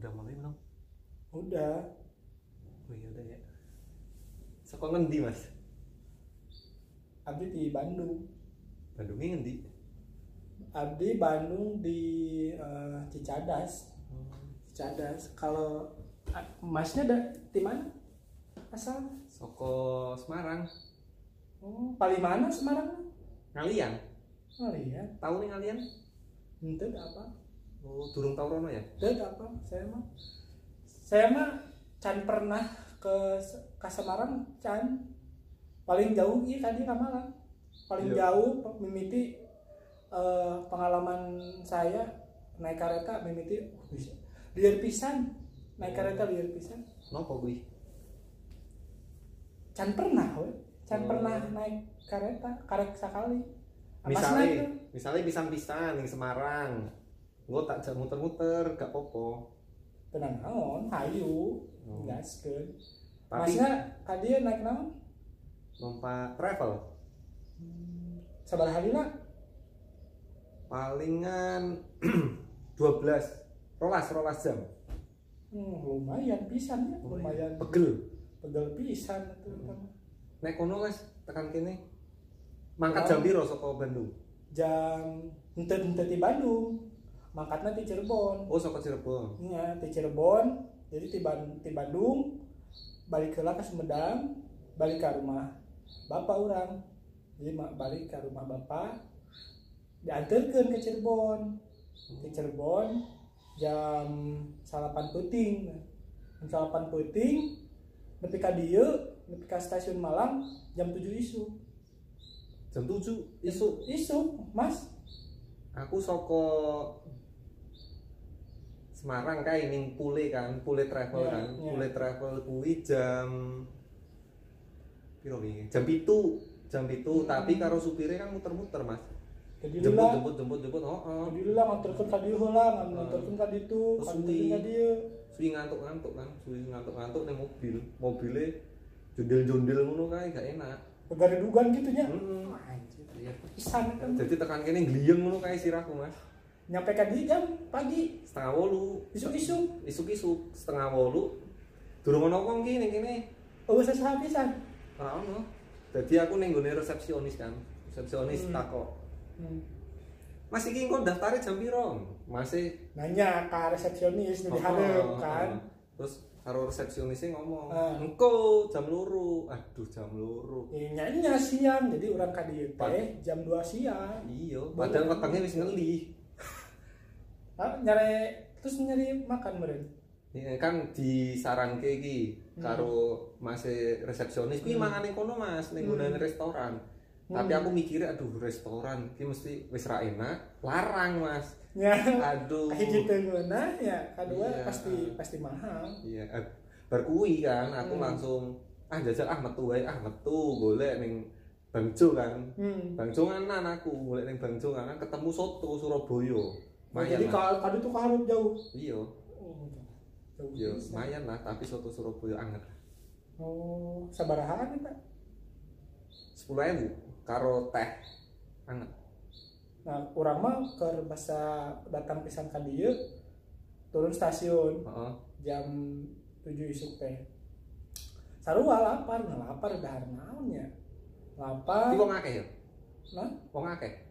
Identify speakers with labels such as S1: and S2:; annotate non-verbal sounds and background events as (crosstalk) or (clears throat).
S1: udah mulai belum
S2: Udah.
S1: oh iya udah ya sekolah ngendi mas
S2: Abdi di Bandung.
S1: Bandungnya ngendi
S2: Abdi Bandung di eh, Cicadas. Cicadas. Kalau ah, Masnya da, di mana? Asal.
S1: Soko Semarang
S2: Oh, paling mana Semarang?
S1: ngalian
S2: Oh iya.
S1: tahu nih ngalian
S2: Itu apa?
S1: oh durung tau rono ya
S2: Itu apa? Saya mah saya mah can pernah ke ke Semarang can paling jauh iya kan dia ke Malang. Paling
S1: Iya.
S2: jauh pe- mimiti eh, pengalaman saya naik kereta mimiti uh, bisa. liar pisan naik
S1: Hmm.
S2: kereta liar pisan
S1: nopo gue
S2: can pernah we can
S1: Hmm.
S2: pernah naik kereta karek sekali Apa snack
S1: misalnya
S2: tuh?
S1: misalnya pisang-pisang nih Semarang gue tak jak muter-muter gak popo
S2: tenang naon hayu
S1: Oh.
S2: gaskeun
S1: tapi
S2: masnya kadieu naik naon
S1: numpak travel
S2: sabar hari lah
S1: palingan (clears throat) 12 rolas rolas jam
S2: hmm, lumayan pisan ya
S1: Oh, iya.
S2: lumayan
S1: pegel
S2: pegel pisan itu
S1: Hmm. nek kono mas tekan kene mangkat jam
S2: Kurang.
S1: piro saka Bandung
S2: jam henteu henteu di Bandung mangkatnya di Cirebon
S1: oh saka Cirebon
S2: nya di Cirebon jadi di, Ban- di Bandung balik heula ke Sumedang balik ke rumah bapak orang jadi ma- balik ke rumah bapak diantarkan ke Cirebon di Cirebon jam salapan puting jam salapan puting nepi ka dieu nepi ka stasiun Malang jam 7 isu
S1: jam 7 isuk
S2: isu mas
S1: aku saka Semarang kae ning Pule kan Pule travel
S2: Ya,
S1: kan
S2: ya.
S1: Pule travel kuwi jam piro wingi jam 7 jam 7
S2: Hmm.
S1: tapi karo supire kan muter-muter mas
S2: jadi
S1: jemput
S2: lah
S1: jemput jemput jemput oh, oh.
S2: jadi lah nganterkeun ka dieu heula nganterkeun ka ditu
S1: Terus
S2: nganterkeun ka
S1: di-
S2: dieu
S1: suwi ngantuk-ngantuk kan suwi ngantuk-ngantuk ning mobil mobilnya jondel-jondel ngono kae gak enak
S2: kegaredugan gitu nya
S1: Mm-mm.
S2: anjir
S1: Iya.
S2: pisan kan
S1: jadi tekan kene gliyeng ngono kae sirahku mas
S2: nyampe ka dieu jam pagi
S1: setengah wolu
S2: isu-isu
S1: isuk-isuk setengah wolu durung ono wong ki ning kene
S2: eueuh sasaha Oh, pisan
S1: ora ono dadi aku ning nggone resepsionis kan resepsionis
S2: Hmm.
S1: takok
S2: Hmm.
S1: Mas iki engko daftare jam piro? e, Masih
S2: nanya ka
S1: Oh,
S2: resepsionis nu dihareup kan
S1: Terus karo resepsionisnya ngomong,
S2: Ah.
S1: "Engko jam loro." Aduh, jam loro.
S2: Iya, nyanyinya siang jadi orang ka dieu teh
S1: Pag-
S2: jam 2 siang
S1: Iya,
S2: Boleh.
S1: padahal wetenge wis ngeli.
S2: Ah, nyari terus nyari makan meren
S1: Ya, kan disaranke iki karo Mas e resepsionis kuwi
S2: Hmm.
S1: mangane kono Mas ning
S2: Hmm.
S1: gunane restoran. Tapi aku mikir aduh restoran iki mesti wis ra enak, larang Mas.
S2: ya
S1: Aduh.
S2: hiji teu ngeunah ya kadua
S1: Oh. Iya.
S2: pasti pasti mahal
S1: Iya, eh, berkui kan aku
S2: Hmm.
S1: langsung ah jajal ah metu wae ah metu golek ning Bangjo kan.
S2: hmm.
S1: Bangjo anan aku golek ning Bangjo anan ketemu soto Surabaya. Mayan
S2: Oh, jadi
S1: lah.
S2: kalau kadu tuh harus jauh
S1: Iya,
S2: oh, jauh
S1: iya,
S2: pisan.
S1: mayan lah tapi soto Surabaya anget.
S2: oh sabaraha kita
S1: 10.000 karo teh anget.
S2: nah orang mah ke bahasa datang pisan ka dieu turun stasiun
S1: Heeh.
S2: jam 7 isuk teh sarua lapar nah lapar dahar naon ya
S1: Iki
S2: lapar
S1: wong akeh ya?
S2: nah
S1: Wong akeh.